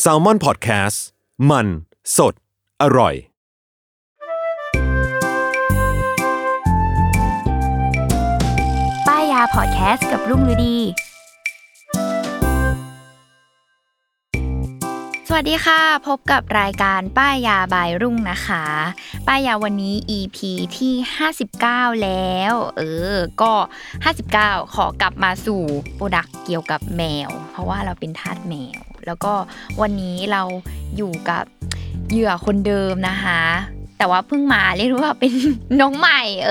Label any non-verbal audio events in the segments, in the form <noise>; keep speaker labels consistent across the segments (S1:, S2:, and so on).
S1: แซลมอนพอดแคสต์มันสดอร่อย
S2: ป้ายยาพอดแคสต์กับรุ่งฤดี สวัสดีค่ะ พบกับรายการป้ายยาบายรุ่งนะคะ ป้ายยาวันนี้ EP ที่ 59 แล้ว เออ ก็ 59 ขอกลับมาสู่โปรดักเกี่ยวกับแมว เพราะว่าเราเป็นทาสแมว แล้วก็วันนี้เราอยู่กับเหยื่อคนเดิมนะคะ แต่ว่าเพิ่งมาเรียกว่าเป็น น้องใหม่ เอ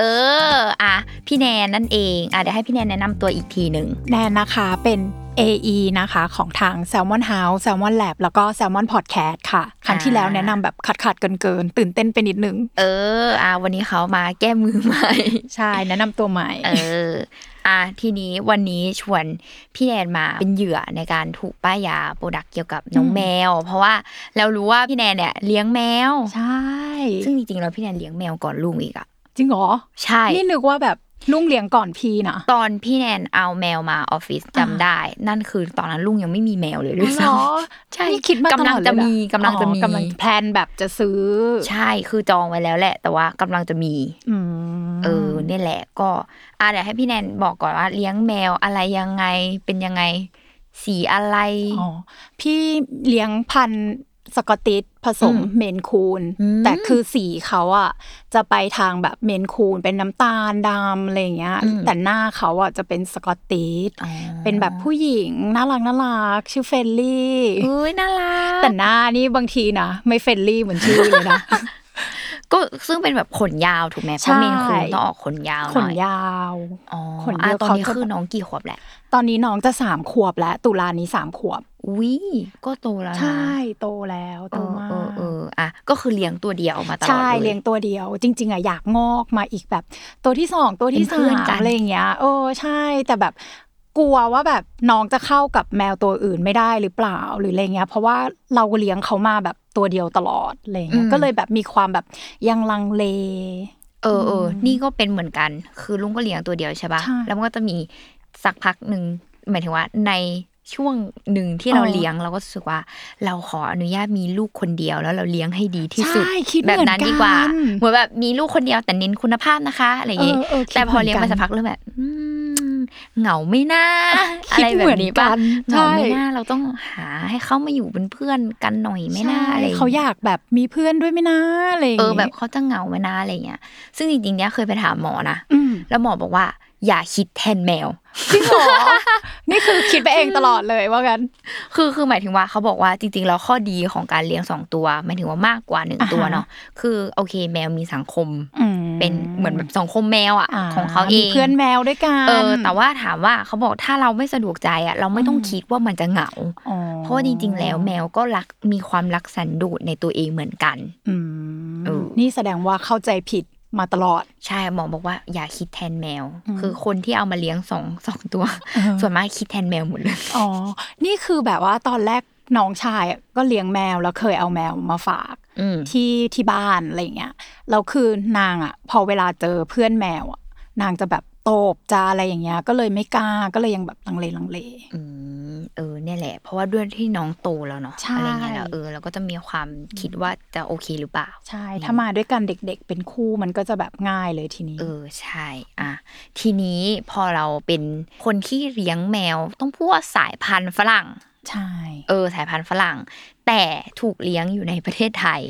S2: อ อ่ะ พี่แนนนั่นเอง อ่ะเดี๋ยวให้พี่แนนแนะนำตัวอีกทีหนึ่ง
S3: แนนนะคะเป็น AE นะคะของทาง Salmon House Salmon Lab แล้วก็ Salmon Podcast ค่ะ ครั้งที่แล้วแนะนำแบบขาดขาดเกินเกินๆตื่นเต้นไปนิดนึง
S2: เออ อ่ะวันนี้เขามาแก้มือใหม่ <laughs>
S3: ใช่แนะนำตัวใหม่
S2: เออ อ่ะทีนี้วันนี้ชวนพี่แนนมาเป็นเหยื่อในการถูกป้ายยาโปรดักเกี่ยวกับน้อง
S3: อืม
S2: แมว เพราะว่าเรารู้ว่าพี่แนนเนี่ยเลี้ยงแมว
S3: ใช่
S2: ซึ่งจริงๆแล้วพี่แนนเลี้ยงแมวก่อนลุงอีกอะ
S3: จริงเหรอ
S2: ใช่
S3: นี่นึกว่าแบบลุงเลี้ยงก่อนพี่นะ
S2: ตอนพี่แนนเอาแมวมาออฟฟิศจำได้ นั่นคือตอนนั้นลุงยังไม่มีแมวเลยด้วยซ้
S3: อ๋อเหรอ
S2: ำใช่
S3: นี่คิดมาตลอด
S2: กำลังจะมี
S3: เยน
S2: กำลังจะ
S3: อ๋อ
S2: มี
S3: กำลังแพลนแบบจะซื้อ
S2: ใช่คือจองไว้แล้วแหละ แต่ว่ากำลังจะมี
S3: อืม
S2: เออเนี่ยแหละก็อ่ะเดี๋ยวให้พี่แนนบอกก่อนว่าเลี้ยงแมวอะไรยังไงเป็นยังไง สีอะไร
S3: อ๋อพี่เลี้ยงพันธุ์สกอตติชผสม
S2: อืม
S3: เมนคูน
S2: อืม
S3: แต่คือสีเขาอะจะไปทางแบบเมนคูน เป็นน้ำตาลดำอะไรอย่างเงี้ย
S2: อืม
S3: แต่หน้าเขาอะจะเป็นสกอตติช
S2: อ๋อ
S3: เป็นแบบผู้หญิงน่ารักน่ารักชื่อเฟลลี่
S2: เอ้ยน่ารัก
S3: แต่หน้านี่บางทีนะไม่เฟลลี่เหมือนชื่อเลยนะ
S2: <laughs> ก็ซึ่งเป็นแบบขนยาวถูกไหมเพ
S3: ใช่
S2: ราะเมนคูนต้องออกขนยาวห
S3: ขน
S2: น่อย
S3: ยาว
S2: อ๋อ
S3: ขน
S2: อ่ะ
S3: เยอะ
S2: ตอนนี้
S3: เขาจะ
S2: คือน้องกี่ขวบแหละ
S3: ตอนนี้น้องจะสามขวบแล้ว ตุลานี้สามขวบ
S2: อุ้ยก็โตแล้วนะ
S3: ใช่โตแล้ว
S2: เอ
S3: โต
S2: อ
S3: มา
S2: เออก เอออ่ะก็คือเลี้ยงตัวเดียวมาตลอด
S3: ใช่
S2: เล
S3: เลี้
S2: ย
S3: ยงตัวเดียว จริง ๆอะอยากงอกมาอีกแบบ ตัวที่สองตัวที่
S2: เป็น
S3: สา
S2: เพื่อน
S3: ม
S2: กัน
S3: อะไรอย่างเงี้ยโอ้ใช่แต่แบบกลัวว่าแบบน้องจะเข้ากับแมวตัวอื่นไม่ได้หรือเปล่าหรืออะไรเงี้ย เพราะว่าเราเลี้ยงเขามาแบบตัวเดียวตลอดอะไรเงี้ยก็เลยแบบมีความแบบยังลังเล
S2: เออเอออนี่ก็เป็นเหมือนกัน คือลุงก็เลี้ยงตัวเดียวใช่ปะ
S3: ใช่
S2: แล้วมันก็จะมีสักพักหนึ่งหมายถึงว่าในช่วงหนึ่งที่เรา
S3: เออ
S2: เลี้ยงเราก็รู้สึกว่า เราขออนุญาตมีลูกคนเดียวแล้วเราเลี้ยงให้ดีที่สุด
S3: ใช่คิดเหมื
S2: แบ
S3: อน
S2: บนั้นดีกว่า
S3: กัน
S2: เหมือนแบบมีลูกคนเดียวแต่เน้นคุณภาพนะคะอะไรอย่างงี้
S3: เออเออคิด
S2: แต่พอเลี้ยงไป
S3: เห
S2: สั
S3: มือนกัน
S2: กพักเริ่มแบบอืมเหงาไม่น่า
S3: <laughs> คิด
S2: อะไรแบบนี้ปะ
S3: เหมือนกัน
S2: เห
S3: ใช่
S2: งาไม่น่าเราต้องหาให้เขามาอยู่เป็นเพื่อนกันหน่อยไหม่น่า
S3: ใช่
S2: อะไรอย่างงี้
S3: เขาอยากแบบมีเพื่อนด้วยไหมนะอะไรย่าง
S2: เออ
S3: งี้
S2: แบบเขาจะเหงาไหมนะอะไรเงี้ย ซึ่งจริงๆเนี้ยเคยไปถามหมอนะ
S3: อืม
S2: แล้วหมอบอกว่า อย่าคิดแทนแมว
S3: จริงเหรอ นี่คือคิดไปเองตลอดเลยว่ากัน
S2: คือคือหมายถึงว่าเขาบอกว่าจริงๆแล้วข้อดีของการเลี้ยงสองตัวหมายถึงว่ามากกว่าหนึ่ง
S3: อ่าฮะ
S2: ตัวเนาะ คือโอเคแมวมีสังคม
S3: อืม
S2: เป็นเหมือนแบบสังคมแมวอะ
S3: า
S2: ของเขาเอ
S3: มี
S2: ง
S3: เพื่อนแมวด้วยกัน
S2: เออ แต่ว่าถามว่าเขาบอกถ้าเราไม่สะดวกใจอะเราไม่ต้องคิดว่ามันจะเหงา
S3: อ๋อ
S2: เพราะว่าจริงๆแล้วแมวก็รักมีความรักสันโดษในตัวเองเหมือนกัน
S3: อืม
S2: เออ
S3: นี่แสดงว่าเข้าใจผิดมาตลอด
S2: ใช่ หมอบอกว่าอย่าคิดแทนแมว
S3: อืม
S2: คือคนที่เอามาเลี้ยงสองสองตัว
S3: เออ
S2: ส่วนมากคิดแทนแมวหมดเลย
S3: อ๋อ นี่คือแบบว่าตอนแรกน้องชายอะก็เลี้ยงแมวแล้วเคยเอาแมวมาฝาก
S2: อืม
S3: ที่ที่บ้านอะไรอย่างเงี้ยแล้วคือนางอ่ะ พอเวลาเจอเพื่อนแมวอ่ะ นางจะแบบโตบจะอะไรอย่างเงี้ย ก็เลยไม่กล้าก็เลยยังแบบลังเลลังเล
S2: อืมเออเนี่ยแหละ เพราะว่าด้วยที่น้องโตแล้วเนาะ
S3: ใช่
S2: อะไรเงี้ยแล้วเออเราก็จะมีความคิดว่าจะโอเคหรือเปล่า
S3: ใช่ ถ้ามาด้วยกันเด็กๆ เป็นคู่มันก็จะแบบง่ายเลยทีนี้
S2: เออใช่ อ่ะ ทีนี้พอเราเป็นคนที่เลี้ยงแมว ต้องพูดว่าสายพันธุ์ฝรั่ง
S3: ใช่
S2: เออสายพันธุ์ฝรั่ง แต่ถูกเลี้ยงอยู่ในประเทศไทย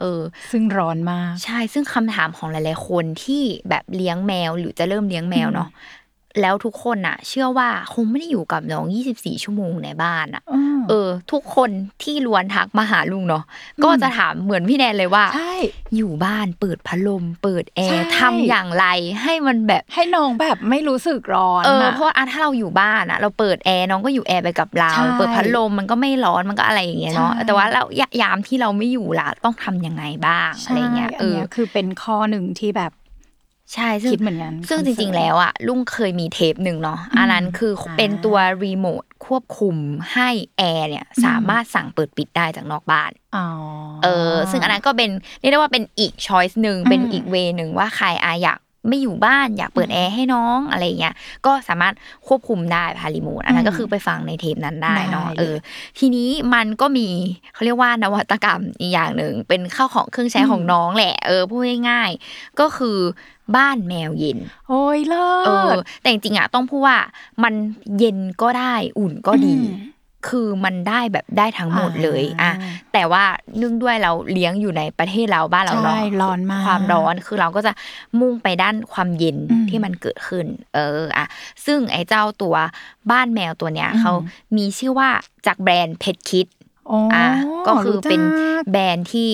S2: เออ
S3: ซึ่งร้อนมาก
S2: ใช่ซึ่งคำถามของหลาย ๆ คนที่แบบเลี้ยงแมวหรือจะเริ่มเลี้ยงแมวเนาะแล้วทุกคนน่ะ เชื่อว่าคงไม่ได้อยู่กับน้อง 24 ชั่วโมงในบ้านอะเออ ทุกคนที่ล้วนทักมาหาลุงเนาะก็จะถามเหมือนพี่แนนเลยว่า
S3: ใช่
S2: อยู่บ้านเปิดพัดลม เปิดแอร์
S3: ใช่
S2: ทำอย่างไรให้มันแบบ
S3: ให้น้องแบบไม่รู้สึกร้อน
S2: เออ
S3: น่ะ
S2: เพราะว่าอ่ะถ้าเราอยู่บ้านอะเราเปิดแอร์น้องก็อยู่แอร์ไปกับเรา
S3: ใช่
S2: เปิดพัดลมมันก็ไม่ร้อนมันก็อะไรอย่างเงี้ยเนาะ
S3: ใช่
S2: แต่ว่าเรายยามที่เราไม่อยู่ล่ะต้องทำยังไงบ้างอะไรเงี้ย
S3: ใช่
S2: เออ
S3: นี้ยคือเป็นข้อหนึ่งที่แบบ
S2: ใช่ซึ่ง
S3: คิดเหมือนกัน
S2: ซึ่งจริง ๆ แล้วอะลุงเคยมีเทปหนึ่งเนาะอันนั้นคืออา เป็นตัวรีโมทควบคุมให้แอร์เนี่ยสามารถสั่งเปิดปิดได้จากนอกบ้าน
S3: อ๋อ
S2: เออซึ่งอันนั้นก็เป็นเรียกได้ว่าเป็นอีกช้อยส์หนึ่ง
S3: อืม
S2: เป็นอีกเวหนึ่งว่าใครอาอยากไม่อยู่บ้านอยากเปิดแอร์ให้น้องอะไรอย่างเงี้ยก็สามารถควบคุมได้พารีโมทอันนั้นก็คือไปฟังในเทปนั้นได้เนาะ
S3: ได้เลย
S2: เออ ทีนี้มันก็มีเขาเรียกว่านวัตกรรมอีกอย่างหนึ่งเป็นข้าวของเครื่องใช้ของน้องแหละ เออพูดง่ายๆก็คือบ้านแมวเย็น
S3: โอ้ยเลิศ
S2: เออแต่จริงๆอ่ะต้องพูดว่ามันเย็นก็ได้อุ่นก็ดี
S3: อืม
S2: คือมันได้แบบได้ทั้งหมดเลย
S3: อ่า
S2: อ่ะแต่ว่าเนื่องด้วยเราเลี้ยงอยู่ในประเทศเราบ้านเรา
S3: ใช่
S2: เนาะ
S3: ร้อนมาก
S2: ความร้อนคือเราก็จะมุ่งไปด้านความเย็น
S3: อืม
S2: ที่มันเกิดขึ้น เอออ่ะซึ่งไอ้เจ้าตัวบ้านแมวตัวเนี้ย
S3: อืม
S2: เขามีชื่อว่าจากแบรนด์เพชรคิด
S3: โอ้
S2: อ่ะก็คือเป็น
S3: รู้จัก
S2: แบรนด์ที่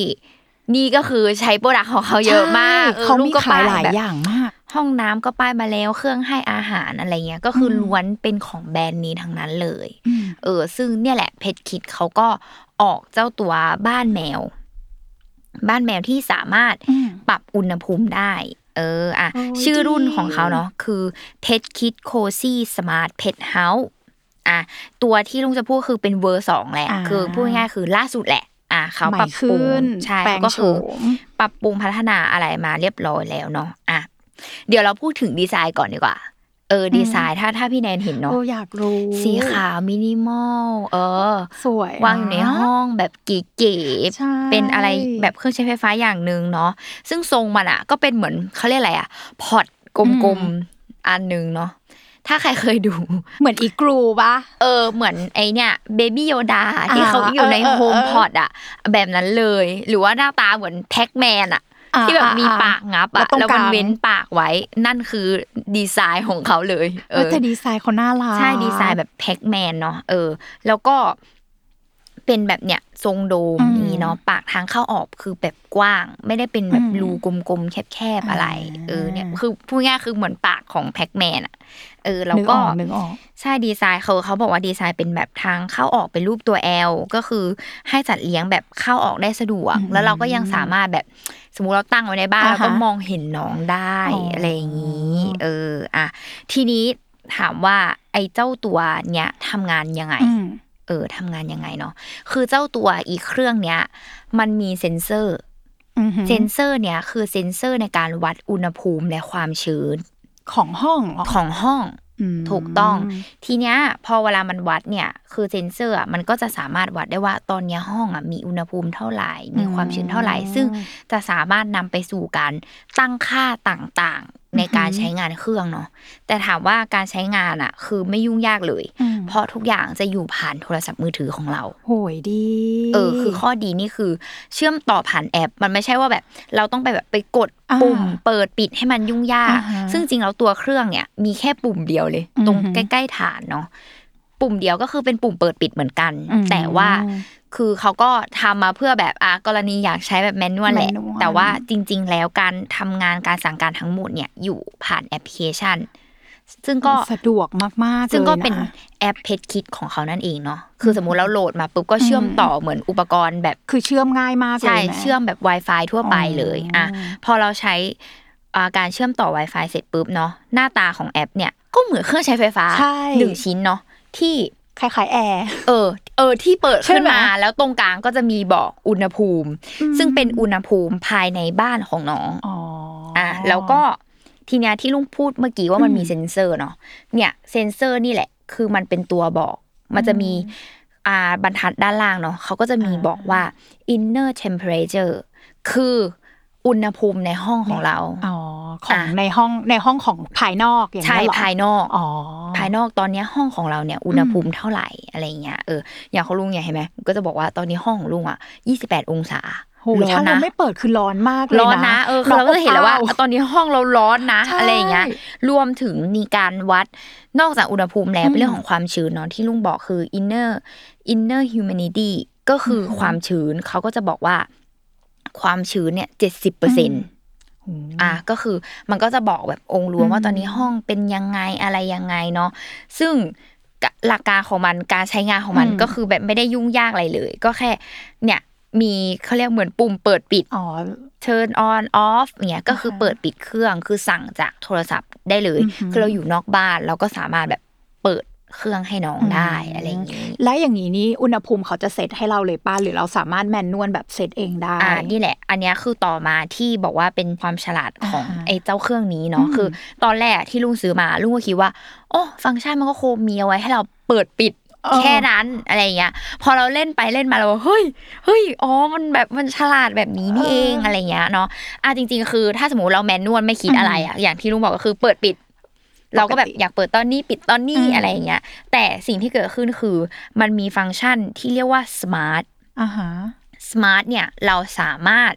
S2: นี่ก็คือใช้โปรดักต์ของเขาเยอะมาก
S3: ใช่เขา
S2: ออลู
S3: มี
S2: กก็
S3: ขายหลาย
S2: แบบ
S3: อย่างมาก
S2: ห้องน้ำก็ป้ายมาแล้วเครื่องให้อาหารอะไรเงี้ยก็คืออ
S3: ม
S2: ล้วนเป็นของแบรนด์นี้ทั้งนั้นเลย
S3: อืม
S2: เออ ซึ่งเนี่ยแหละเพชรคิดเขาก็ออกเจ้าตัวบ้านแมว บ้านแมวที่สามารถ
S3: อืม
S2: ปรับอุณหภูมิได้ เอออ่ะ
S3: โอ้ย
S2: ชื่อรุ่น
S3: ดี
S2: ของเขาเนาะคือเพชรคิดโคซี่สมาร์ทเพชรเฮาส์อ่ะตัวที่ลุงจะพูดคือเป็นเวอร์สองแหละ
S3: อ่า
S2: คือพูดง่ายๆคือล่าสุดแหละ อ่ะเขา
S3: ใหม่
S2: ปรับปรุ
S3: ขึ้
S2: ง
S3: น
S2: ใช่
S3: แปลง
S2: ก็
S3: โฉ
S2: คือ
S3: ม
S2: ปรับปรุงพัฒนาอะไรมาเรียบร้อยแล้วเนาะอ่ะเดี๋ยวเราพูดถึงดีไซน์ก่อนดีกว่า เออ ดีไซน์ถ้าถ้าพี่แนนเห็นเนาะ
S3: โอ้อยากรู้
S2: สีขาวมินิมอล เออ
S3: สวยะ
S2: วางอยู่ในห้องแบบเก๋
S3: ใช่
S2: ๆเป็นอะไรแบบเครื่องใช้ไฟฟ้าอย่างหนึ่งเนาะ ซึ่งทรงมันอ่ะ ก็เป็นเหมือนเขาเรียกอะไรอ่ะ พอร์ตกลมๆ อันหนึ่งเนาะ ถ้าใครเคยดู <laughs>
S3: เหมือนอีกรูปะ
S2: เออ เหมือนไอเนี่ยเบบี้โยดาที่
S3: อ่า
S2: เขาอยู่ใน
S3: เออเออ
S2: โฮมพอดอะแบบนั้นเลย หรือว่าหน้าตาเหมือนแพ็กแมนอะ
S3: อ่า
S2: ที่แบบมี
S3: อ่า
S2: ปากงับอะ
S3: แล้วตรง
S2: แล้วมัน
S3: กลาง
S2: เว้นปากไว้ นั่นคือดีไซน์ของเขาเลย เอ
S3: เออ
S2: อ
S3: แต่ดีไซน์เขาน่ารัก
S2: ใช่ดีไซน์แบบแพ็กแมนเนาะเออ แล้วก็เป็นแบบเนี้ยทรงโดมนี้เนาะปากทางเข้าออกคือแบบกว้าง ไม่ได้เป็นแบบรูกลมๆแคบๆอะไร เออเนี่ยคือพูดง่ายๆคือเหมือนปากของแพ็กแมนอะเออแล้ว
S3: นึก
S2: ก็
S3: ออกนึกออก
S2: ใช่ดีไซน์เขาเขาบอกว่าดีไซน์เป็นแบบทางเข้าออกเป็นรูปตัว L ก็คือให้สัตว์เลี้ยงแบบเข้าออกได้สะดวก แล้วเราก็ยังสามารถแบบสมมุติเราตั้งไว้ในบ้าน
S3: อ่าฮะ
S2: เราก็มองเห็นน้องได้
S3: อ๋ออ
S2: อะไรอย่างนี้ เอออ่ะทีนี้ถามว่าไอ้เจ้าตัวเนี้ยทำงานยังไง
S3: อืม
S2: เออทำงานยังไงเนาะคือเจ้าตัวอีเครื่องเนี้ย มันมีเซ็นเซอร์
S3: อือหือ
S2: เซ็นเซอร์เนี้ยคือเซ็นเซอร์ในการวัดอุณหภูมิและความชื้น
S3: ของห้องเหรอ
S2: ของห้อง
S3: อืม
S2: ถูกต้อง ทีเนี้ยพอเวลามันวัดเนี่ย คือเซ็นเซอร์อะมันก็จะสามารถวัดได้ว่าตอนเนี้ยห้องอ่ะมีอุณหภูมิเท่าไหร่ มีความชื้นเท่าไหร่ ซึ่งจะสามารถนำไปสู่การตั้งค่าต่างๆ ในการใช้งานเครื่องเนาะแต่ถามว่าการใช้งานอ่ะ คือไม่ยุ่งยากเลย
S3: อืม
S2: เพราะทุกอย่างจะอยู่ผ่านโทรศัพท์มือถือของเรา
S3: โหยดี
S2: เออคือข้อดีนี่คือเชื่อมต่อผ่านแอป มันไม่ใช่ว่าแบบ เราต้องไปแบบไปกด
S3: อ่า
S2: ปุ่ม เปิดปิดให้มันยุ่งยาก
S3: อ่าฮะ
S2: ซึ่งจริงแล้วตัวเครื่องเนี่ยมีแค่ปุ่มเดียวเลย
S3: อือฮึ
S2: ตรงใกล้ๆฐานเนาะปุ่มเดียวก็คือเป็นปุ่มเปิดปิดเหมือนกัน
S3: อืม
S2: แต่ว่าคือเขาก็ทำมาเพื่อแบบอ่ะกรณีอยากใช้แบบแมนนวลแหละ
S3: manual
S2: แต่ว่าจริง ๆ แล้วการทำงานการสั่งการทั้งหมดเนี่ยอยู่ผ่านแอปพลิเคชัน ซึ่งก็
S3: สะดวกมากๆ
S2: ซึ่งก็
S3: ลยะ
S2: เป็นแอปเพจคิดของเขานั่นเองเนาะ คือสมมุติเราโหลดมาปุ๊บก็เชื่อมต่อเหมือนอุปกรณ์แบบ
S3: คือเชื่อมง่ายมากเลย
S2: ใช่
S3: นะ
S2: เชื่อมแบบ Wi-Fi ทั่วไปเลย
S3: อ๋ออ่
S2: อ่ะพอเราใช้อ่าการเชื่อมต่อ Wi-Fi เสร็จปุ๊บเนาะ หน้าตาของแอปเนี่ยก็เหมือนเครื่องใช้ไฟฟ้าหนึ่งชิ้นเนาะที่
S3: คล้ายๆแอร์
S2: เออ เออ ที่เปิดขึ้นมา
S3: ใช่ไหม
S2: แล้วตรงกลางก็จะมีบอกอุณหภูมิ
S3: อืม
S2: ซึ่งเป็นอุณหภูมิภายในบ้านของน้อง
S3: อ๋ออ่ะ
S2: อ่ะแล้วก็ทีเนี้ยที่ลุงพูดเมื่อกี้ว่ามันมีเซ็นเซอร์เนาะเนี่ยเซ็นเซอร์นี่แหละ คือมันเป็นตัวบอก มันจะมีอ่าบรรทัดด้านล่างเนาะเขาก็จะมีบอกว่า inner temperature คือ อุณหภูมิในห้องของเรา
S3: อ๋อของ
S2: อ่ะ
S3: ในห้องในห้องของภายนอกอย่าง
S2: ใช่
S3: นี้ยเหรอ
S2: ภายนอก
S3: อ๋อ
S2: ภายนอกตอนเนี้ยห้องของเราเนี่ยอุณหภูมิเท่าไหร่อะไรเงี้ยเอออย่างของลุงเนี่ยเห็นไหมก็จะบอกว่าตอนนี้ห้องของลุงอ่ะ 28 องศา
S3: โหถ้าเราไม่เปิดคือร้อนมากเลยนะ
S2: ร้อนนะเออคือเราก็จะเห็นแล้วว่า
S3: ร้อนอบอ้าว
S2: ตอนนี้ห้องเราร้อนนะ
S3: ใช่
S2: อะไรอย่างเงี้ยรวมถึงมีการวัดนอกจากอุณหภูมิแล้ว
S3: อืม
S2: เรื่องของความชื้นเนาะที่ลุงบอกคือ inner inner humidity ก็คืออ
S3: ม
S2: ความชื้นเขาก็จะบอกว่า ความชื้นเนี่ยเจ็ดสิบเปอร์เซ็นต์
S3: อืม
S2: อ่ะก็คือมันก็จะบอกแบบองค์รวม
S3: อืม
S2: ว่าตอนนี้ห้องเป็นยังไงอะไรยังไงเนาะซึ่งกะหลักการของมันการใช้งานของมัน
S3: อืม
S2: ก็คือแบบไม่ได้ยุ่งยากอะไรเลย ก็แค่เนี่ยมีเขาเรียกเหมือนปุ่มเปิดปิด
S3: อ๋อ
S2: turn on off เนี่ยก็คือ
S3: อ่าฮะ
S2: เปิดปิดเครื่องคือสั่งจากโทรศัพท์ได้เลย
S3: อือหือ
S2: คือเราอยู่นอกบ้านเราก็สามารถแบบเปิดเครื่องให้น้องได้อะไรอย่างนี้
S3: และอย่างนี้นี่อุณหภูมิเขาจะเซตให้เราเลยป้าหรือเราสามารถแมนนวลแบบเซตเองได้
S2: อ่านี่แหละ อันเนี้ยคือต่อมาที่บอกว่าเป็นความฉลาดของ
S3: อ่าฮะ
S2: ไอ้เจ้าเครื่องนี้เนาะ
S3: อืม
S2: คือ ตอนแรกที่ลุงซื้อมาลุงก็คิดว่า โอ้ฟังก์ชันมันก็คงมีเอาไว้ให้เราเปิดปิดแค่นั้นอะไรอย่างเงี้ยพอเราเล่นไปเล่นมาเราก็เฮ้ยเฮ้ยอ๋อมันแบบมันฉลาดแบบนี้นี่เองอะไรอย่างเงี้ยเนาะอ่ะจริง ๆ คือ ถ้าสมมติเราแมนนวลไม่คิดอะไรอ่ะอย่างที่ลุงบอกก็คือเปิดปิด เราก็แบบอยากเปิดตอนนี้ปิดตอนนี้อะไรอย่างเงี้ยแต่สิ่งที่เกิดขึ้นคือมันมีฟังก์ชันที่เรียกว่า smart
S3: อ่าฮะ
S2: สมาร์ทเนี่ยเราสามารถ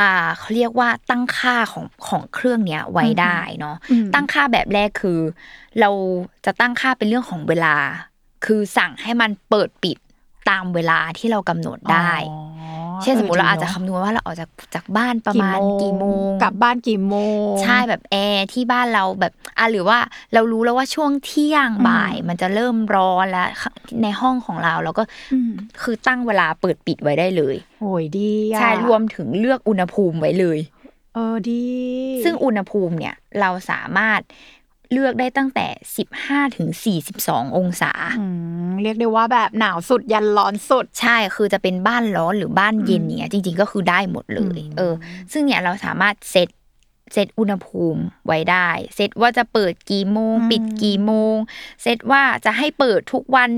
S2: อ่าเขาเรียกว่าตั้งค่าของของเครื่องเนี้ยไว้ได้เนาะ
S3: อืม
S2: ตั้งค่าแบบแรกคือ เราจะตั้งค่าเป็นเรื่องของเวลา คือสั่งให้มันเปิดปิดตามเวลาที่เรากำหนดได้
S3: อ๋อ
S2: เช่นสมมติเราอาจจะ
S3: ดีน
S2: คำนวณว่าเราออกจากจากบ้านประมาณกี่โมง
S3: กลับบ้านกี่โมง
S2: ใช่แบบแอร์ที่บ้านเราแบบอ่ะหรือว่าเรารู้แล้วว่าช่วงเที่ยง
S3: อืม
S2: บ่าย มันจะเริ่มร้อนแล้วในห้องของเราเราก็
S3: อืม
S2: คือตั้งเวลาเปิดปิดไว้ได้เลย
S3: โอ้ยดีอ่ะ
S2: ใช่รวมถึงเลือกอุณหภูมิไว้เลย
S3: เออดี
S2: ซึ่งอุณหภูมิเนี่ยเราสามารถเลือกได้ตั้งแต่ 15ถึง42 องศา
S3: อืมเรียกได้ว่าแบบหนาวสุดยันร้อนสุด
S2: ใช่คือจะเป็นบ้านร้อนหรือบ้านเย็น
S3: อืม
S2: เนี่ยจริง ๆ ก็คือได้หมดเลย
S3: อืม
S2: เออ ซึ่งเนี่ยเราสามารถเซตเซตอุณหภูมิไว้ได้เซตว่าจะเปิดกี่โมง ปิดกี่โมงเซตว่าจะให้เปิดทุกวัน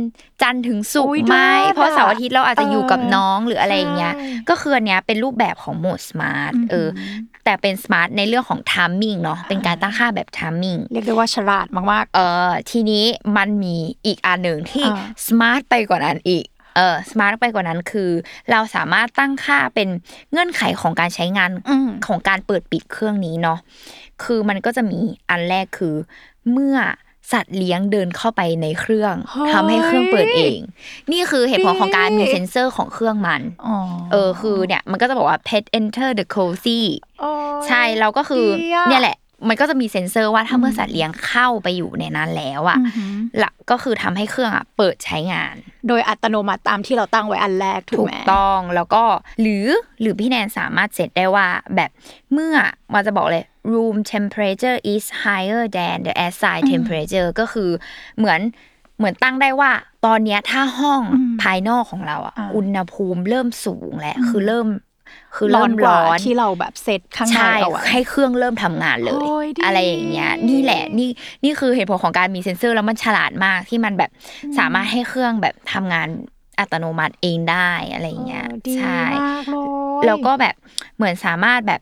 S2: จันทร์ถึงศุก
S3: อุ๊ย
S2: ร์ไหม
S3: เลิศอะ
S2: เพราะเสาร์อาทิตย์เราอาจจะอยู่กับ
S3: เออ
S2: น้องหรืออะไรอย่างเงี้ย
S3: ใช่
S2: ก็คืออันเนี้ยเป็นรูปแบบของโหมดสมาร์ทเอออ แต่เป็นสมาร์ทในเรื่องของทามมิ่งเนาะเป็นการตั้งค่าแบบทามมิ่ง
S3: เรียกได้ว่าฉลาดมาก
S2: เออทีนี้มันมีอีกอันหนึ่งที่
S3: อ่า
S2: สมาร์ทไปกว่านั้นอีกเออสมาร์ทไปกว่านั้นคือ เราสามารถตั้งค่าเป็นเงื่อนไขของการใช้งาน
S3: ๆ อืม
S2: ของการเปิดปิดเครื่องนี้เนาะคือมันก็จะมีอันแรกคือ เมื่อสัตว์เลี้ยงเดินเข้าไปในเครื่อง
S3: เฮ้ย
S2: ทำให้เครื่องเปิดเอง นี่คือเหตุผลของการมีเซ็นเซอร์ของเครื่องมัน
S3: อ๋อ
S2: เออคือเนี่ยมันก็จะบอกว่า pet enter the cozy
S3: โอ้ย
S2: ใช่เราก็คือ
S3: ดีอะ
S2: เนี่ยแหละ มันก็จะมีเซ็นเซอร์ว่าถ้าเมื่อสัตว์เลี้ยงเข้าไปอยู่ในนั้นแล้วอ่ะ
S3: อือหือ
S2: หลักก็คือทำให้เครื่องอ่ะเปิดใช้งาน
S3: โดยอัตโนมัติตามที่เราตั้งไว้อันแรกถูก
S2: ถู
S3: ไหม
S2: กต้องแล้วก็หรือหรือพี่แนนสามารถเซตได้ว่าแบบเมื่อมันจะบอกเลย room temperature is higher than the outside temperature ก็คือเหมือนเหมือนตั้งได้ว่า ตอนเนี้ยถ้าห้อง
S3: อืม
S2: ภายนอกของเราอ่ะ
S3: อ่า
S2: อุณหภูมิเริ่มสูงแล้วคือเริ่ม คือ
S3: ร้อ
S2: เริ่
S3: น
S2: ม
S3: กว่า
S2: ร้อน
S3: ที่เราแบบเซตข้างใน
S2: ใช่
S3: เอาไว้
S2: ให้เครื่องเริ่มทำงานเลย
S3: โอ้ยดี
S2: อะไรอย่างเงี้ยนี่แหละนี่นี่คือเหตุผลของการมีเซ็นเซอร์แล้วมันฉลาดมากที่มันแบบสามารถให้เครื่องแบบทำงานอัตโนมัติเองได้อะไรอย่างเงี้ย
S3: เออดี
S2: ใช่
S3: มากเลย
S2: แล้วก็แบบเหมือนสามารถแบบ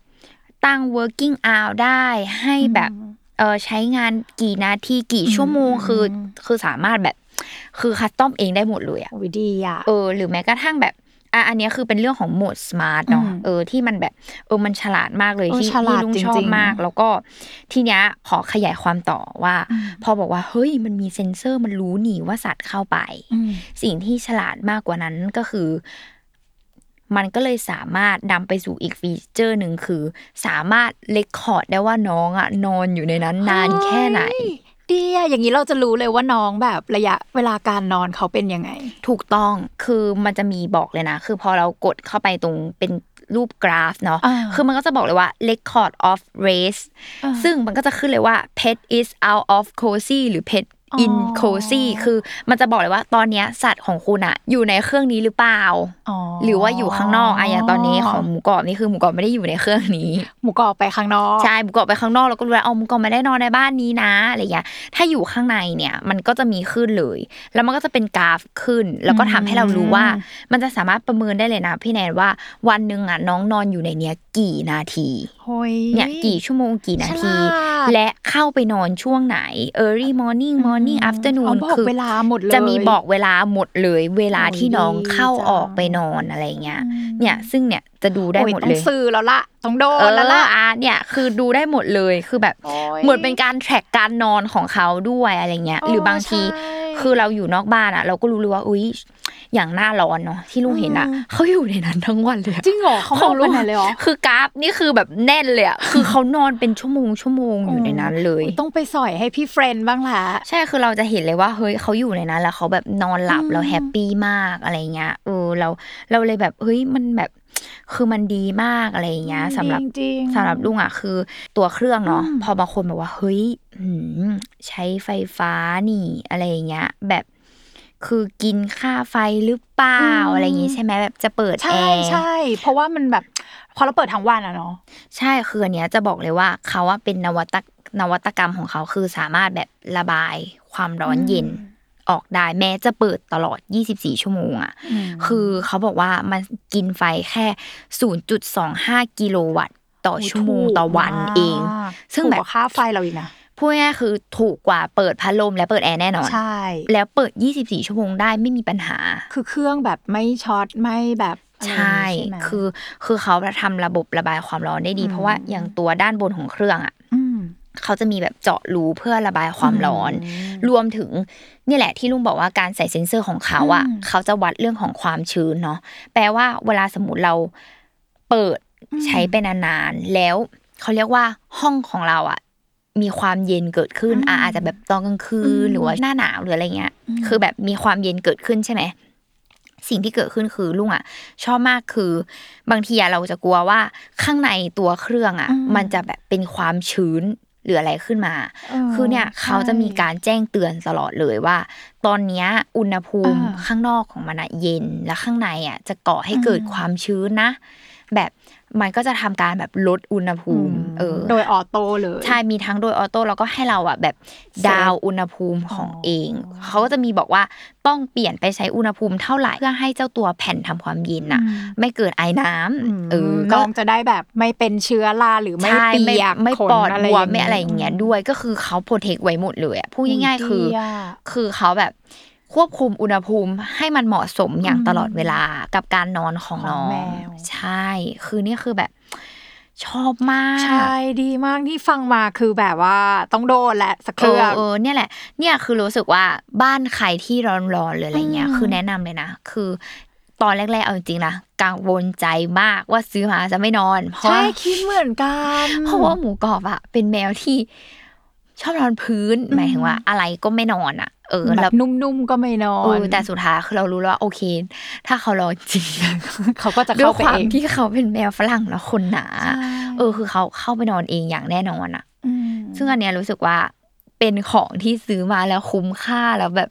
S2: ตั้ง working hour ได้ให้แบบเออใช้งานกี่นาทีกี่ชั่วโมงคืออคือสามารถแบบคือคัสตอมเองได้หมดเลยอะ
S3: โอ้ยดีอ่ะ
S2: เออหรือแม้กระทั่งแบบอ่ะอันเนี้ยคือเป็นเรื่องของโหมดสมาร์ทเนาะ
S3: อืม
S2: เออที่มันแบบเออมันฉลาดมากเลย
S3: เออ
S2: ที่
S3: ฉลาด
S2: ที่ลุงชอบ
S3: จริงๆ
S2: มาก แล้วก็ทีเนี้ยขอขยายความต่อว่า พอบอกว่าเฮ้ยมันมีเซ็นเซอร์มันรู้หนีว่าสัตว์เข้าไป
S3: อืม
S2: สิ่งที่ฉลาดมากกว่านั้นก็คือ มันก็เลยสามารถนำไปสู่อีกฟีเจอร์หนึ่งคือ สามารถเลคคอร์ดได้ว่าน้องอะนอนอยู่ในนั้นนานแค่ไหน
S3: เฮ้ยดีอ่ะอย่างนี้เราจะรู้เลยว่าน้องแบบระยะเวลาการนอนเขาเป็นยังไง
S2: ถูกต้อง คือมันจะมีบอกเลยนะ คือพอเรากดเข้าไปตรงเป็นรูปกราฟเนาะ
S3: อ่า
S2: คือมันก็จะบอกเลยว่า record of race
S3: อ่า
S2: ซึ่งมันก็จะขึ้นเลยว่า pet is out of cozy หรือ pet อินโคซี่คือมันจะบอกเลยว่าตอนเนี้ยสัตว์ของคุณอะอยู่ในเครื่องนี้หรือเปล่า
S3: อ๋อ
S2: หรือว่าอยู่ข้างนอกอะอย่างตอนนี้ของหมูกรอบนี่คือหมูกรอบไม่ได้อยู่ในเครื่องนี้
S3: หมูกรอบไปข้างนอก
S2: ใช่หมูกรอบไปข้างนอกแล้วก็รู้แล้วเอาหมูกรอบไม่ได้นอนในบ้านนี้นะอะไรอย่างเงี้ยถ้าอยู่ข้างในเนี่ยมันก็จะมีขึ้นเลย แล้วมันก็จะเป็นกราฟขึ้น แล้วก็ทำให้เรารู้ว่า มันจะสามารถประเมินได้เลยนะพี่แนนว่าวันหนึ่งอ่ะน้องนอนอยู่ในเนี้ยกี่นาที
S3: โอ้ย
S2: เนี่ยกี่ชั่วโมงกี่นาที
S3: ฉลาด
S2: และเข้าไปนอนช่วงไหน early morning
S3: อืม
S2: morning
S3: อ๋
S2: afternoon
S3: อบอกเวลาหมดเลย
S2: จะมีบอกเวลาหมดเลย เวลาที่น้อง
S3: โอ้ยดี
S2: เข้า
S3: จัง
S2: ออกไปนอนอะไรเงี้ยเนี่ยซึ่งเนี่ยจะดูได้
S3: โอ้ย
S2: หมด
S3: ต้อ
S2: เล
S3: ง
S2: ย
S3: ซื้อแล้วล่ะต้องโด
S2: เอน
S3: แล้วล่ะ
S2: ออาร์ตเนี่ยคือดูได้หมดเลยคือแบบ
S3: โอ้ย
S2: เหมือนเป็นการแทร็กการนอนของเขาด้วยอะไรเงี้ย
S3: โอ้
S2: หรือบางที
S3: ใช่
S2: คือเราอยู่นอกบ้านอ่ะ เราก็รู้เลยว่าอุ้ยอย่างหน้าร้อนเนาะที่ลูกเห็นอ่ะ
S3: อืม
S2: เขาอยู่ในนั้นทั้งวันเลยอะ
S3: จริงเหรอเขา
S2: ข
S3: ไม่
S2: อง
S3: รู้ไปไหนเลยเหรอ
S2: คือกราฟนี่คือแบบแน่นเลยอ่ะคือเขานอนเป็นชั่วโมงชั่วโมงอยู่ในนั้นเลย
S3: อุ๊ยต้องไปสอยให้พี่เฟรนด์บ้างละ
S2: ใช่คือเราจะเห็นเลยว่าเฮ้ยเขาอยู่ในนั้นแล้วเขาแบบนอนหลับ
S3: อืม
S2: เราแฮปปี้มากอะไรเงี้ยเออเราเราเลยแบบเฮ้ยมันแบบคือมันดีมากอะไรเงี้ย
S3: อืม
S2: สำหรับ
S3: จริงๆ
S2: สำหรับลุงอ่ะคือตัวเครื่องเนาะ
S3: อืม
S2: พอบางคนแบบว่าเฮ้ยอืมใช้ไฟฟ้านี่อะไรเงี้ยแบบคือกินค่าไฟหรือเปล่าอะไรอย่างงี้ใช่ไหมแบบจะเปิดแอ
S3: ใช่
S2: ร์
S3: ใช่ เพราะว่ามันแบบพอเราเปิดทั้งวันอะเนาะ
S2: ใช่คืออันเนี้ยจะบอกเลยว่าเขาว่าเป็นนวัตกนวัตกรรมของเขาคือสามารถแบบระบายความร้อนเย็นออกได้แม้จะเปิดตลอด 24 ชั่วโมงอ่ะคือเขาบอกว่ามันกินไฟแค่ 0.25 กิโลวัตต์ต่อชั่วโมง
S3: โอ้ถูก
S2: ต่อวัน
S3: มาก
S2: เอง ซึ่งแบ
S3: ถู
S2: บ
S3: กกว่าค่าไฟเราอีกนะ
S2: พูดง่ายๆคือถูกกว่าเปิดพัดลมและเปิดแอร์แน่นอน
S3: ใช่
S2: แล้วเปิด 24 ชั่วโมงได้ไม่มีปัญหา
S3: คือเครื่องแบบไม่ช็อตไม่แบบอะไร
S2: ใช
S3: อย่าง
S2: ่
S3: งี้ใช่ไหม
S2: คือคือเขาทำระบบระบายความร้อนได้ดี
S3: อืม
S2: เพราะว่าอย่างตัวด้านบนของเครื่องอ่ะ
S3: ม
S2: เขาจะมีแบบเจาะรูเพื่อระบายความร้อน รวมถึงนี่แหละที่ลุงบอกว่าการใส่เซ็นเซอร์ของเขาอ่ะ
S3: อืม
S2: เขาจะวัดเรื่องของความชื้นเนาะแปลว่าเวลาสมมติเราเปิด
S3: อืม
S2: ใช้ไปนานๆแล้วเขาเรียกว่าห้องของเราอ่ะมีความเย็นเกิดขึ้น
S3: อืม
S2: อ่ะอาจจะแบบตอนกลางคืน
S3: อืม
S2: หรือว่าหน้าหนาวหรืออะไรเงี้ย
S3: อืม
S2: คือแบบมีความเย็นเกิดขึ้นใช่ไหม สิ่งที่เกิดขึ้นคือลุงอ่ะ ชอบมากคือบางทีอะเราจะกลัวว่าข้างในตัวเครื่องอ่ะ
S3: อืม
S2: มันจะแบบเป็นความชื้นหรืออะไรขึ้นมา
S3: ออ
S2: คือเนี่ยเขาจะมีการแจ้งเตือนตลอดเลยว่า ตอนเนี้ยอุณหภูมิ
S3: อ่า
S2: ข้างนอกของมันอะเย็นและข้างในอะจะก่อให้เกิด
S3: อืม
S2: ความชื้นนะ แบบมันก็จะทำการแบบลดอุณหภูมิ เออ
S3: โดยออโต้เลย
S2: ใช่มีทั้งโดยออโต้แล้วก็ให้เราอ่ะแบบดาวอุณหภูมิของเอง เขาก็จะมีบอกว่าต้องเปลี่ยนไปใช้อุณหภูมิเท่าไหร่ เพื่อให้เจ้าตัวแผ่นทำความเย็นน่ะ ไม่เกินไอน้ำ
S3: ม
S2: เออ
S3: น้
S2: ก็
S3: องจะได้แบบไม่เป็นเชื้อราหรือไม่
S2: ใช่
S3: เปี
S2: ไม่
S3: ยก
S2: ไม่
S3: ขน
S2: ปอดบวม
S3: ย่าง
S2: ไม่
S3: งี้
S2: อะไรอย่างเงี้ยด้วยก็คือเขาโปรเทคไว้หมดเลยอะพูดง่าย ๆ คือ
S3: ดีอะ
S2: คือเขาแบบควบคุมอุณหภูมิให้มันเหมาะสมอย่าง
S3: อืม
S2: ตลอดเวลากับการนอนของ
S3: ของ
S2: น้อง
S3: แมว
S2: ใช่ คือนี่คือแบบชอบมาก
S3: ใช่ดีมากที่ฟังมาคือแบบว่าต้องโดนแหละสักเครื่อง
S2: เออเนี่ยแหละ เนี่ยคือรู้สึกว่าบ้านใครที่ร้อนๆหรืออะไรเงี้ย
S3: อืม
S2: คือแนะนำเลยนะ คือ ตอนแรกๆเอาจริงๆนะกังวลใจมากว่าซื้อมาจะไม่นอน เพราะ
S3: ใช่
S2: ว่า
S3: คิดเหมือนกัน
S2: เพราะว่าหมูกรอบอะเป็นแมวที่ชอบนอนพื้นหมายถึงว่า อะไรก็ไม่นอนอะเออ
S3: แบ
S2: แล้ว
S3: บนุ่มๆก็ไม่นอ
S2: เอน อแต่สุดท้ายคือเรารู้แล้วว่าโอเค ถ้าเขาร้อนจริง
S3: เขาก็จะ
S2: ด้วย
S3: เข้า
S2: ค
S3: ไป
S2: วาม
S3: เอง
S2: ที่เขาเป็นแมวฝรั่งแล้วคนหนา
S3: ใช่
S2: เออคือเขาเข้าไปนอนเองอย่างแน่นอนอะ
S3: อืม
S2: ซึ่งอันเนี้ยรู้สึกว่าเป็นของที่ซื้อมาแล้วคุ้มค่าแล้วแบบ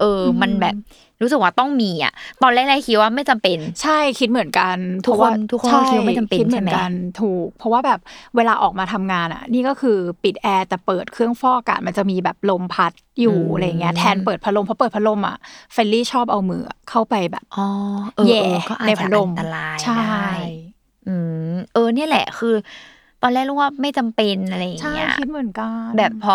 S2: เอออ
S3: ม
S2: มันแบบรู้สึกว่าต้องมีอ่ะ ตอนแรกๆคิดว่าไม่จำเป็น
S3: ใช่คิดเหมือนกัน
S2: ทุกคน
S3: เพราะว่า
S2: ทุกคน
S3: ใช่
S2: คิดว่าไม่จำเป็น
S3: คิดเหมื
S2: ใช่
S3: อน
S2: ไหม
S3: กันถูก เพราะว่าแบบเวลาออกมาทำงานอ่ะ นี่ก็คือปิดแอร์แต่เปิดเครื่องฟอกอากาศมันจะมีแบบลมพัดอยู่อะไรเงี้ยแทนเปิดพัดลมเพราะเปิดพัดลมอ่ะเฟลลี่ชอบเอามือเข้าไปแบบ
S2: อ๋อเออ
S3: แย่
S2: เออก็อาจ
S3: ใน
S2: จะ
S3: พัดล
S2: อั
S3: ม
S2: นตราย
S3: ใช่
S2: ได้อืมเออเนี่ยแหละคือ ตอนแรกรู้ว่าไม่จำเป็นอะไรอย่าง
S3: ใช่
S2: เงี้ย
S3: คิดเหมือนกัน
S2: แบบพอ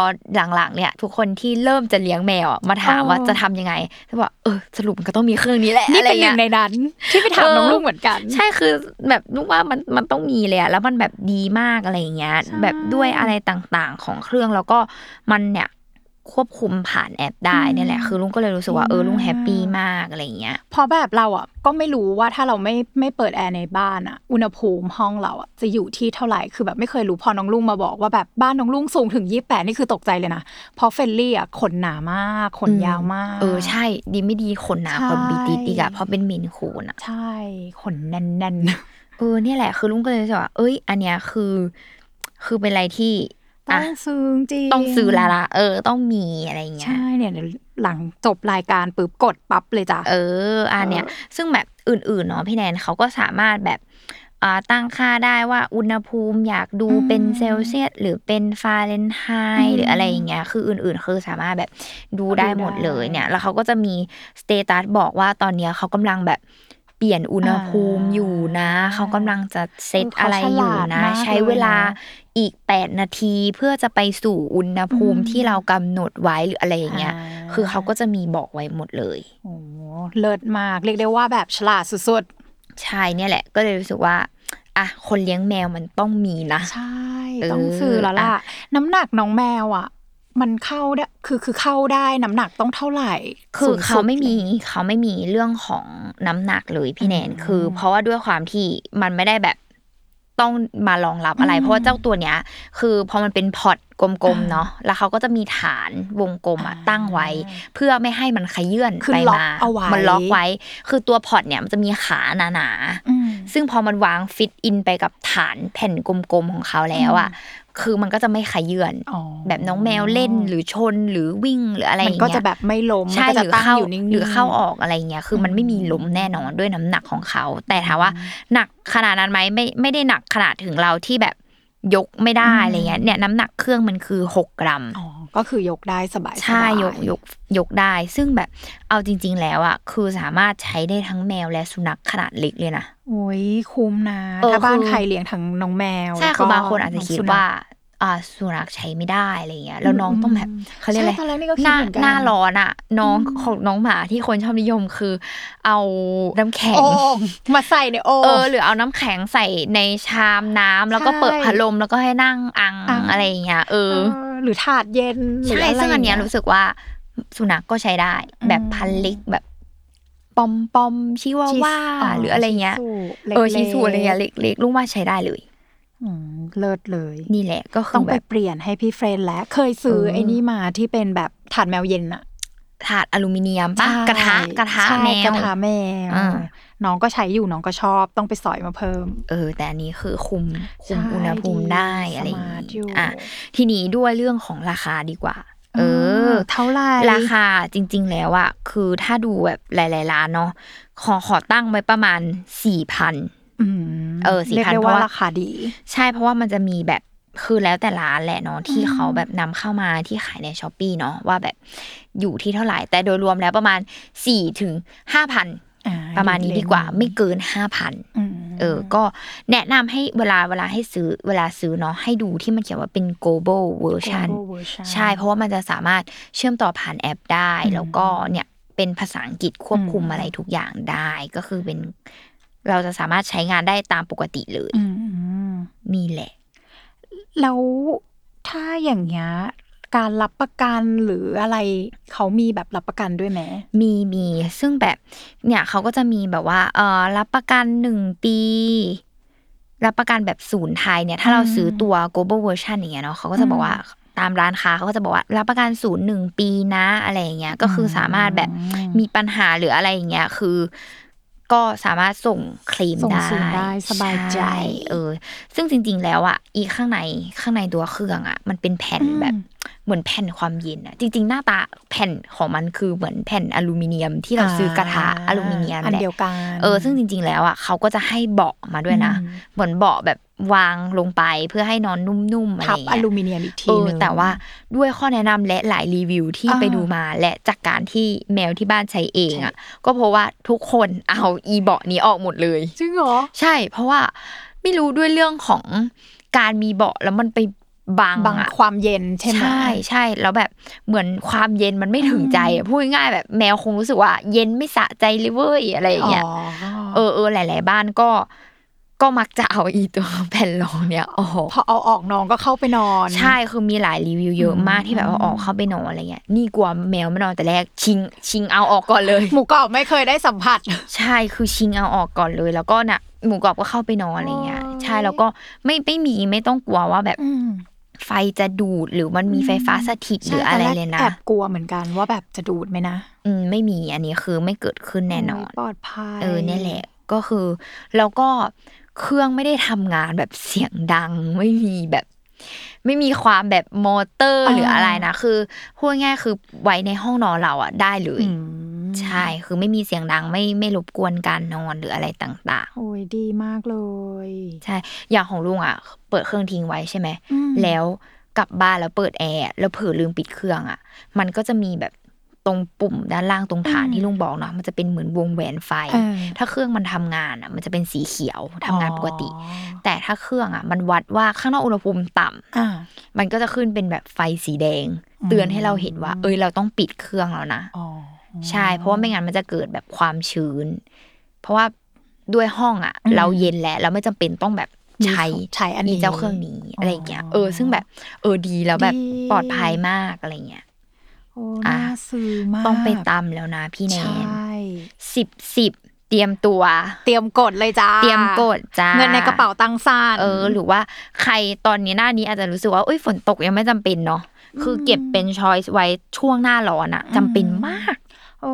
S2: หลังๆเนี่ย ทุกคนที่เริ่มจะเลี้ยงแมวอะมาถามว่า
S3: เออ
S2: จะทำยังไงจะบอกเออสรุปมันก็ต้องมีเครื่องนี้แหละ
S3: นี่
S2: อะไร
S3: เป็นห
S2: เงี้ย
S3: นึ่งในนั้น ที่ไปถาม
S2: เออ
S3: น้องลูกเหมือนกัน
S2: ใช่คือแบบนุกว่ามันมันต้องมีเลยอะแล้วมันแบบดีมากอะไรอย่างเงี้ย
S3: ใช่
S2: แบบด้วยอะไรต่างๆของเครื่องแล้วก็มันเนี่ยควบคุมผ่านแอปได้
S3: อืม
S2: เนี่ยแหละ คือลุงก็เลยรู้สึกว่า
S3: ดี
S2: เออลุง
S3: มาก
S2: แฮปปี้มากอะไรอย่างเงี้ย
S3: เพราะแบบเราอ่ะก็ไม่รู้ว่าถ้าเราไม่ไม่เปิดแอร์ในบ้านอ่ะอุณหภูมิห้องเราอ่ะจะอยู่ที่เท่าไหร่คือแบบไม่เคยรู้พอน้องลุงมาบอกว่าแบบบ้านน้องลุงสูงถึงยี่แปดนี่คือตกใจเลยนะเพราะเฟลลี่อ่ะขนหนามากขน
S2: อืม
S3: ยาวมาก
S2: เออใช่ดีไม่ดีขนหนา
S3: ใช่
S2: กว่าบีติดอีกอะเพราะเป็นเมนคูนอะ
S3: ใช่ขนแน่น
S2: เออเนี่ยแหละคือลุงก็เลยรู้สึกว่าเอ้ย อันเนี้ยคือ คือเป็นอะไรที่
S3: ต้
S2: อ่ะ
S3: องซื้อจริง
S2: ต้องซื้อและละเออ ต้องมีอะไรอย่างเงี้ย
S3: ใช่เนี่ยเดี๋ยวหลังจบรายการปุ๊บกดปั๊บเลยจ้ะ
S2: เอออันเนี้ยซึ่งแบบอื่นๆเนาะพี่แนนเขาก็สามารถแบบอ่าตั้งค่าได้ว่าอุณหภูมิอยากดู
S3: อืม
S2: เป็นเซลเซียสหรือเป็นฟาเรนไฮ
S3: อื
S2: ต์
S3: ม
S2: หรืออะไรอย่างเงี้ยคืออื่นๆคือสามารถแบบดูได้หมดเลย
S3: ดูได้
S2: เนี่ยแล้วเขาก็จะมีสเตตัสบอกว่าตอนเนี้ยเขากำลังแบบเปลี่ยนอุณหภูมิอยู่นะ
S3: อ่า
S2: เขากำลังจะเซต
S3: เออเขา
S2: อะไรอยู่
S3: ฉลาด
S2: นะ
S3: มาก
S2: ใช้
S3: เลยนะ
S2: เวลาอีก 8 นาทีเพื่อจะไปสู่อุณหภูมิ
S3: อืม
S2: ที่เรากำหนดไว้หรืออะไรอย่างเงี้ย คือเขาก็จะมีบอกไว้หมดเลย
S3: โอ้โหเลิศมาก เรียกได้ว่าแบบฉลาดสุด
S2: ใช่เนี่ยแหละก็เลยรู้สึกว่าอ่ะคนเลี้ยงแมวมันต้องมีนะ
S3: ๆ ใช่
S2: เออ
S3: ต้องซื้อแล้วล่ะ
S2: อ่ะ
S3: น้ำหนักน้องแมวอ่ะ มันเข้าได้คือคือเข้าได้น้ำหนักต้องเท่าไหร่
S2: คือเขา
S3: สูงสุด
S2: ไม่มีเขาไม่มีเรื่องของน้ำหนักเลยพี่แนน
S3: อืม
S2: คือ เพราะว่าด้วยความที่มันไม่ได้แบบต้องมารองรับอะไร
S3: อืม
S2: เพราะว่าเจ้าตัวเนี้ย คือพอมันเป็นพอตกลมๆ
S3: อ่า
S2: เนาะแล้วเขาก็จะมีฐานวงกลมอะ
S3: อ่า
S2: ตั้งไว้ เพื่อไม่ให้มันขยื่น
S3: คือ
S2: ไป
S3: ล็อก
S2: มา
S3: เอาไว้
S2: มันล็อกไว้ คือตัวพอตเนี่ยมันจะมีขาหนาๆ
S3: อืม
S2: ซึ่งพอมันวางฟิตอินไปกับฐานแผ่นกลมๆของเขาแล้วอ่ะ คือมันก็จะไม่ขยื่น
S3: อ๋อ
S2: แบบน้องแมวเล่นหรือชนหรือวิ่งหรืออะไรอ
S3: มั
S2: ย่าน งเงี้ย
S3: ก็จะแบบไม่ล้ม
S2: ใช่
S3: มันก็
S2: ห
S3: จะ
S2: รือ
S3: ตั้ง
S2: เข้า
S3: อยู่นิ่งๆ
S2: หรือเข้าออกอะไรอย่างเงี้ย คือมันไม่มีล้มแน่นอนด้วยน้ำหนักของเขา แต่ถามว่าหนักขนาดนั้นไหมไม่ไม่ได้หนักขนาดถึงเราที่แบบยกไม่ได้อะไรเงี้ยเนี่ยน้ำหนักเครื่องมันคือหกกรัม
S3: อ๋อ ก็คือยกได้สบายๆ
S2: ใช่ยกยกยกได้ ซึ่งแบบเอาจริง ๆ แล้วอ่ะคือสามารถใช้ได้ทั้งแมวและสุนัขขนาดเล็กเลยนะ
S3: โอ้ยคุ้มนะ
S2: เออ
S3: ถ้าบ้าน
S2: คือ
S3: ใครเลี้ยงทั้งน้องแมว
S2: ใช่
S3: แล้วก็
S2: คือบางคนอาจจะคิด
S3: น้งสุนัข
S2: ว่าอ่าสุนัขใช้ไม่ได้อะไรเงี้ยแล้วน้องต้องแบบ
S3: อืม
S2: เขาเรียกอะไร
S3: ใช่ตอนแรกนี่ก็
S2: ห
S3: คิด
S2: น้า
S3: เหมือนกัน
S2: หน้าร้อนอ่ะ น้องของน้องหมาที่คนชอบนิยมคือ เอาน้ำแข็ง
S3: โอ่งมาใส่ในโอ่ง
S2: เออหรือเอาน้ำแข็งใส่ในชามน้ำแล้วก็
S3: ใช่
S2: เปิดพัดลมแล้วก็ให้นั่งอัง
S3: อัง
S2: อะไรอย่างเงี้ยเอ
S3: เอ
S2: อ
S3: อหรือถาดเย็นหรือ
S2: ใช่
S3: อะไร
S2: ซึ่งอันเนี้ย
S3: ย่า
S2: รู้สึกว่าสุนัขก็ใช้ได้ แบบ
S3: อืม
S2: พันเลิกแบบ ปอมปอมชิวา
S3: ชีส
S2: ว่าหรืออะไรเงี้ย
S3: ล็กๆ
S2: เออชีสูอะไรเงี้ยเล็กๆลูกว่าใช้ได้เลย
S3: อืมเลิศเลย
S2: นี่แหละก็คื
S3: ต้อ
S2: อง แบ
S3: ไป
S2: บ
S3: เปลี่ยนให้พี่เฟรนแล้วเคยซื้อไอ้นี่มาที่เป็นแบบถาดแมวเย็นอะ
S2: ถาดอลูมิเนียมปะ
S3: ใช่
S2: กระทะกระทะ
S3: ใช่
S2: แมว
S3: กระทะแมว
S2: อ่า
S3: น้องก็ใช้อยู่น้องก็ชอบต้องไปสอยมาเพิ่ม
S2: เออ แต่อันนี้คือคุมคุม
S3: ใช่
S2: อุณหภูมิได้
S3: ดี
S2: อะไรอย่าง
S3: สมาร์ทอยู่
S2: งี้อ่ะทีนี้ด้วยเรื่องของราคาดีกว่า เออ
S3: เท่าไหร่
S2: ราคาจริง ๆ แล้วอะคือถ้าดูแบบหลายๆร้านเนาะขอขอตั้งไว้ประมาณสี่พัน
S3: อืม
S2: เออ4,000
S3: รียกได้
S2: เพ
S3: ว่า
S2: ราะว่า
S3: ราคาดี
S2: ใช่เพราะว่ามันจะมีแบบคือแล้วแต่ร้านแหละเนาะที่เขาแบบนำเข้ามาที่ขายในช้อปปีเนาะว่าแบบอยู่ที่เท่าไหร่ แต่โดยรวมแล้วประมาณ4ี่ถึงห้าพัน
S3: อ่า
S2: ประมาณนี้
S3: อยู่ใน
S2: ดีกว่า
S3: นี้
S2: ไม่เกินห้าพัน
S3: ม
S2: เออ ก็แนะนำให้เวลาเวลาให้ซื้อเวลาซื้อเนาะให้ดูที่มันเขียนว่าเป็น global
S3: โกลบอล
S2: version
S3: เวอร์ชัน
S2: ใช่ เพราะว่ามันจะสามารถเชื่อมต่อผ่านแอปได้
S3: อืม
S2: แล้วก็เนี่ยเป็นภาษาอังกฤษควบคุม
S3: อืม
S2: อะไรทุกอย่างได้ ก็คือเป็น เราจะสามารถใช้งานได้ตามปกติเลย
S3: อืม
S2: นี่แหละ
S3: แล้วถ้าอย่างเงี้ยการรับประกันหรืออะไรเขามีแบบรับประกันด้วยไหม
S2: มีมีซึ่งแบบเนี่ยเขาก็จะมีแบบว่าเออรับประกันหนึ่งปี รับประกันแบบศูนย์ไทยเนี่ย ถ้าเรา
S3: อืม
S2: ซื้อตัว global version อย่างเงี้ยเนาะเขาก็จะบอกว่าตามร้านค้าเขาก็จะบอกว่า รับประกันศูนย์หนึ่งปีนะอะไรอย่างเงี้ยก็คืออ
S3: ม
S2: สามารถแบบมีปัญหาหรืออะไรอย่างเงี้ยคือ ก็สามารถส่งเคลม
S3: ส่ง
S2: ได้
S3: ศูนย์ได้สบายใจ
S2: ช่เออ ซึ่งจริง ๆ แล้วอ่ะอีข้างในข้างในตัวเครื่องอ่ะ มันเป็นแผ่นแบบ เหมือนแผ่นความเย็นอะจริง ๆ หน้าตาแผ่นของมันคือเหมือนแผ่นอลูมิเนียมที่เราซื้อกระทะอลูมิเนียม
S3: อัน
S2: แหละ
S3: เดียวกัน
S2: เออซึ่งจริง ๆ แล้วอ่ะเขาก็จะให้เบาะมาด้วยนะ
S3: อืม
S2: เหมือนเบาะแบบวางลงไปเพื่อให้นอนนุ่มๆอะไร
S3: ทับ
S2: อย่าง
S3: อ
S2: เงี้ย
S3: ลูมิเนียมอีกที
S2: เออ
S3: หนึง
S2: แต่ว่าด้วยข้อแนะนำและหลายรีวิวที่
S3: อ่า
S2: ไปดูมาและจากการที่แมวที่บ้านใช้เองอ่ะ ก็เพราะว่าทุกคนเอาอีเบาะนี้ออกหมดเลย
S3: จริงเหรอ
S2: ใช่ เพราะว่าไม่รู้ด้วยเรื่องของการมีเบาะแล้วมันไปบัง
S3: บาง
S2: อะ
S3: ความเย็นใช่ไหม
S2: ใช่ใช่แล้วแบบเหมือนความเย็นมันไม่ถึงใจอะพูดง่ายๆแบบแมวคงรู้สึกว่า เย็นไม่สะใจเลยเว้ยอะไรอย่างเงี้ย
S3: อ๋อ
S2: เออเออหลาย ๆ บ้านก็ ก็มักจะเอาอีตัวแผ่นรองเนี่ยออก
S3: พอเอาออกน้องก็เข้าไปนอน
S2: ใช่คือมีหลายรีวิวเยอะมากที่แบบว่าออกเข้าไปนอนอะไรเงี้ยนี่กลัวแมวไม่นอนแต่แรกชิง ชิงเอาออกก่อนเลย
S3: หมูกรอบไม่เคยได้สัมผัส
S2: ใช่คือชิงเอาออกก่อนเลย แล้วก็น่ะหมูกรอบก็เข้าไปนอนอะไรเงี้ย
S3: โอ้ย
S2: ใช่แล้วก็ไม่ไม่มีไม่ต้องกลัวว่าแบบไฟจะดูดหรือมันมีไฟฟ้าสถิตหรืออะไรเลยนะ
S3: แอบกลัวเหมือนกันว่าแบบจะดูดไหมนะ
S2: อืมไม่มีอันนี้คือไม่เกิดขึ้นแน่นอน
S3: โยปลอดภัย
S2: เออเนี่ยแหละก็คือ แล้วก็เครื่องไม่ได้ทำงานแบบเสียงดัง ไม่มีแบบ ไม่มีความแบบมอเตอร์
S3: อ่า
S2: หรืออะไรนะคือพูดง่ายๆคือไว้ในห้องนอนเราอ่ะได้เลย
S3: อืม
S2: ใช่ คือไม่มีเสียงดังไม่ไม่รบกวนการนอนหรืออะไรต่าง
S3: โอ้ยดีมากเลย
S2: ๆ ใช่ อย่างของลุงอ่ะ เปิดเครื่องทิ้งไว้ใช่ไหม
S3: อืม
S2: แล้วกลับบ้านแล้วเปิดแอร์แล้วเผลอลืมปิดเครื่องอ่ะ มันก็จะมีแบบตรงปุ่มด้านล่างตรงฐานที่ลุงบอกเนาะ มันจะเป็นเหมือนวงแหวนไฟ
S3: เออ
S2: ถ้าเครื่องมันทำงานอ่ะ มันจะเป็นสีเขียวทำงานปกติ
S3: อ๋อ
S2: แต่ถ้าเครื่องอ่ะ มันวัดว่าข้างนอกอุณหภูมิต่ำ
S3: อ่า
S2: มันก็จะขึ้นเป็นแบบไฟสีแดง
S3: อืม
S2: เตือนให้เราเห็นว่า เอ้ยเราต้องปิดเครื่องแล้วนะ
S3: อ๋อ
S2: ใช่ เพราะว่าไม่งั้นมันจะเกิดแบบความชื้น เพราะว่าด้วยห้องอ่ะ
S3: อืม
S2: เราเย็นแล้วเราไม่จำเป็นต้องแบบใช้
S3: มีใช้อันนี้
S2: เจ้าเครื่องนี้อะไรอย่างเงี้ยเออ ซึ่งแบบเออดีแล้วแบบ
S3: ดี
S2: ปลอดภัยมากอะไรเงี้ย
S3: โอ้
S2: อ่ะ
S3: น่าซื้อมาก
S2: ต้องไปตามแล้วนะพี่แน
S3: ใช
S2: น่ สิบสิบเตรียมตัว
S3: เตรียมกดเลยจ้า
S2: เตรียมกดจ้า
S3: เงินในกระเป๋าตังค์ซ่าน
S2: เออหรือว่าใครตอนนี้หน้านี้อาจจะรู้สึกว่าเอ้ยฝนตกยังไม่จำเป็นเนาะคือเก็บเป็นช้อยส์ไว้ช่วงหน้าร้อนอะจำเป็นมาก
S3: โอ้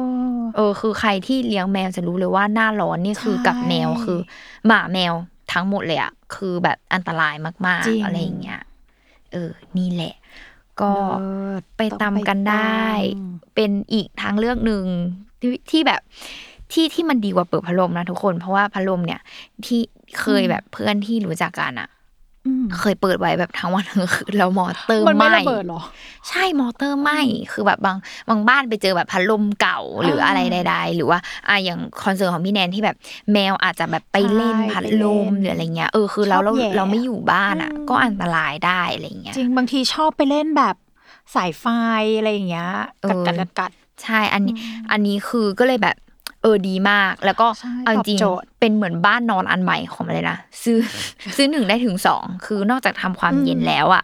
S2: เออคือใครที่เลี้ยงแมวจะรู้เลยว่าหน้าร้อนนี่คือ
S3: ใช่
S2: กับแมวคือ หมาแมวทั้งหมดเลยอะคือแบบอันตรายมาก
S3: จริง
S2: ๆอะไรอย่างเงี้ยเออ นี่แหละ ก็
S3: เลิศ
S2: ไปตามกันได้
S3: ต้อง
S2: เป็นอีกทางเลือกหนึ่งที่ที่แบบที่ที่มันดีกว่าเปิดพัดลมนะทุกคน เพราะว่าพัดลมเนี่ย ที่เคยแบบเพื่อนที่รู้จักกันอะ
S3: อืม
S2: เคยเปิดไว้แบบทั้งวันทั้งคืนแล้วมอเตอร์
S3: ไปมันไม่ระเบิดเหรอ
S2: ใช่มอเตอร์ไหมคือแบบบางบางบ้านไปเจอแบบพัดลมเก่าหรืออะไรใดๆ หรือว่าอ่ะอย่างคอนเสิร์ตของพี่แนนที่แบบแมวอาจจะแบบไปเล่น
S3: ใช่
S2: พัด
S3: ไปเล่น
S2: ลมหรืออะไรเงี้ยเออคือเราเรา
S3: ชอบแย่
S2: เราไม่อยู่บ้านอ่ะ
S3: อืม
S2: ก็อันตรายได้อะไรเงี้ย
S3: จริงบางทีชอบไปเล่นแบบสายไฟอะไรอย่างเงี้ย
S2: เอ
S3: กัด
S2: อ
S3: กัดกัดกัด
S2: ใช่อันนี้อันนี้คือก็เลยแบบเออดีมาก แล้วก็
S3: ใช่
S2: เอาจริง
S3: ตอบโจทย์
S2: เป็นเหมือนบ้านนอนอันใหม่ของมันเลยนะซื้อ <laughs> ซื้อหนึ่งได้ถึงสองคือนอกจากทำความ
S3: อืม
S2: เย็นแล้วอ่ะ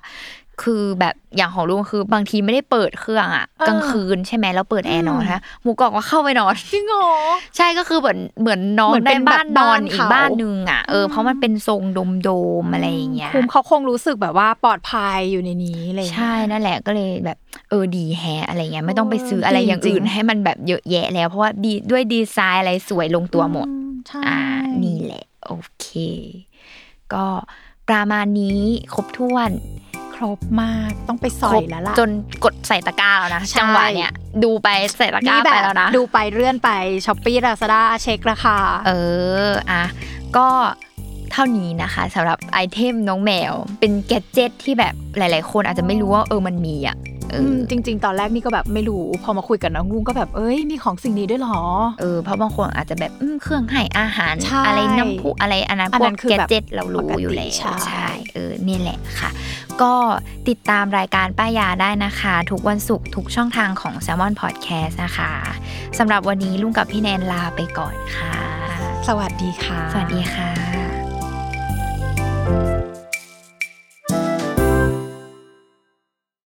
S2: คือแบบอย่างของลุงคือบางทีไม่ได้เปิดเครื่องอ่ะ
S3: เออก
S2: ลางคืนใช่ไหมแล้วเปิดแอร์นอน
S3: อืม
S2: ฮะหมูกรอบก็เข้าไปนอน <laughs>
S3: จริงเหรอ
S2: ใช่ก็คือเหมือนเหมือนน้อง
S3: เหมือน
S2: ได้
S3: เป็น
S2: บ้าน
S3: แบบ
S2: น
S3: บ้า
S2: อน
S3: น
S2: อีก
S3: เขา
S2: บ้านนึงอ่ะเอออ
S3: ม
S2: เพราะมันเป็นทรงโดมโดมๆอะไรอย่างเงี้ย
S3: ภูมิเขาคงรู้สึกแบบว่าปลอดภัยอยู่ในนี้อะไรอย่างเงี้ย
S2: ใช่นั่นแหละก็เลยแบบเออดีแฮะอะไรเงี้ยไม่ต้องไปซื้อ
S3: เออ
S2: อะไร
S3: ดี
S2: อย่าง
S3: จริง
S2: อื่นให้มันแบบเยอะแยะแล้วเพราะว่าดีด้วยดีไซน์อะไรสวยลงตัวหมด
S3: อืใช่
S2: อ่านี่แหละโอเค ก็ประมาณนี้ครบถ้วน
S3: ครบมากต้องไปสอ
S2: คร
S3: ย
S2: บ
S3: แล้วล่ะ
S2: จนกดใส่ตะกร้าแล้วนะ
S3: ใช่
S2: จังหวะเนี้ยดูไปใส่ตะกร้าไปแล้วนะ
S3: ดูไปเลื่อนไปช้อปปี้ลาซาด้าเช็คราคา
S2: เออ อ่ะ ก็เท่านี้นะคะสำหรับไอเทมน้องแมว เป็นแกดเจิตที่แบบหลาย ๆ คนอาจจะไม่รู้ว่าเออมันมีอ่ะเออ
S3: ม
S2: อ
S3: จริง ๆ ตอนแรกนี่ก็แบบไม่รู้ พอมาคุยกับน้องลุงก็แบบเอ้ยมีของสิ่งนี้ด้วยเหรอ
S2: เออเพราะบางคนอาจจะแบบอืมเครื่องให้อาหาร
S3: ใช่
S2: อะไรน้ำพุอะไรอันนั้น
S3: อั
S2: พ
S3: น
S2: ว
S3: นั้
S2: ก
S3: นคือ
S2: แก
S3: แบบ
S2: ดเจิตเรารู้อยู่แล้ว
S3: ปกติใช่
S2: เออเนี่ยแหละค่ะ ก็ติดตามรายการป้ายาได้นะคะ ทุกวันศุกร์ทุกช่องทางของ s ซ l m o n Podcast นะคะสำหรับวันนี้ลุงกับพี่แนนลาไปก่อนค่ะ
S3: สวัสดีค่ะ
S2: สวัสดีค่ะ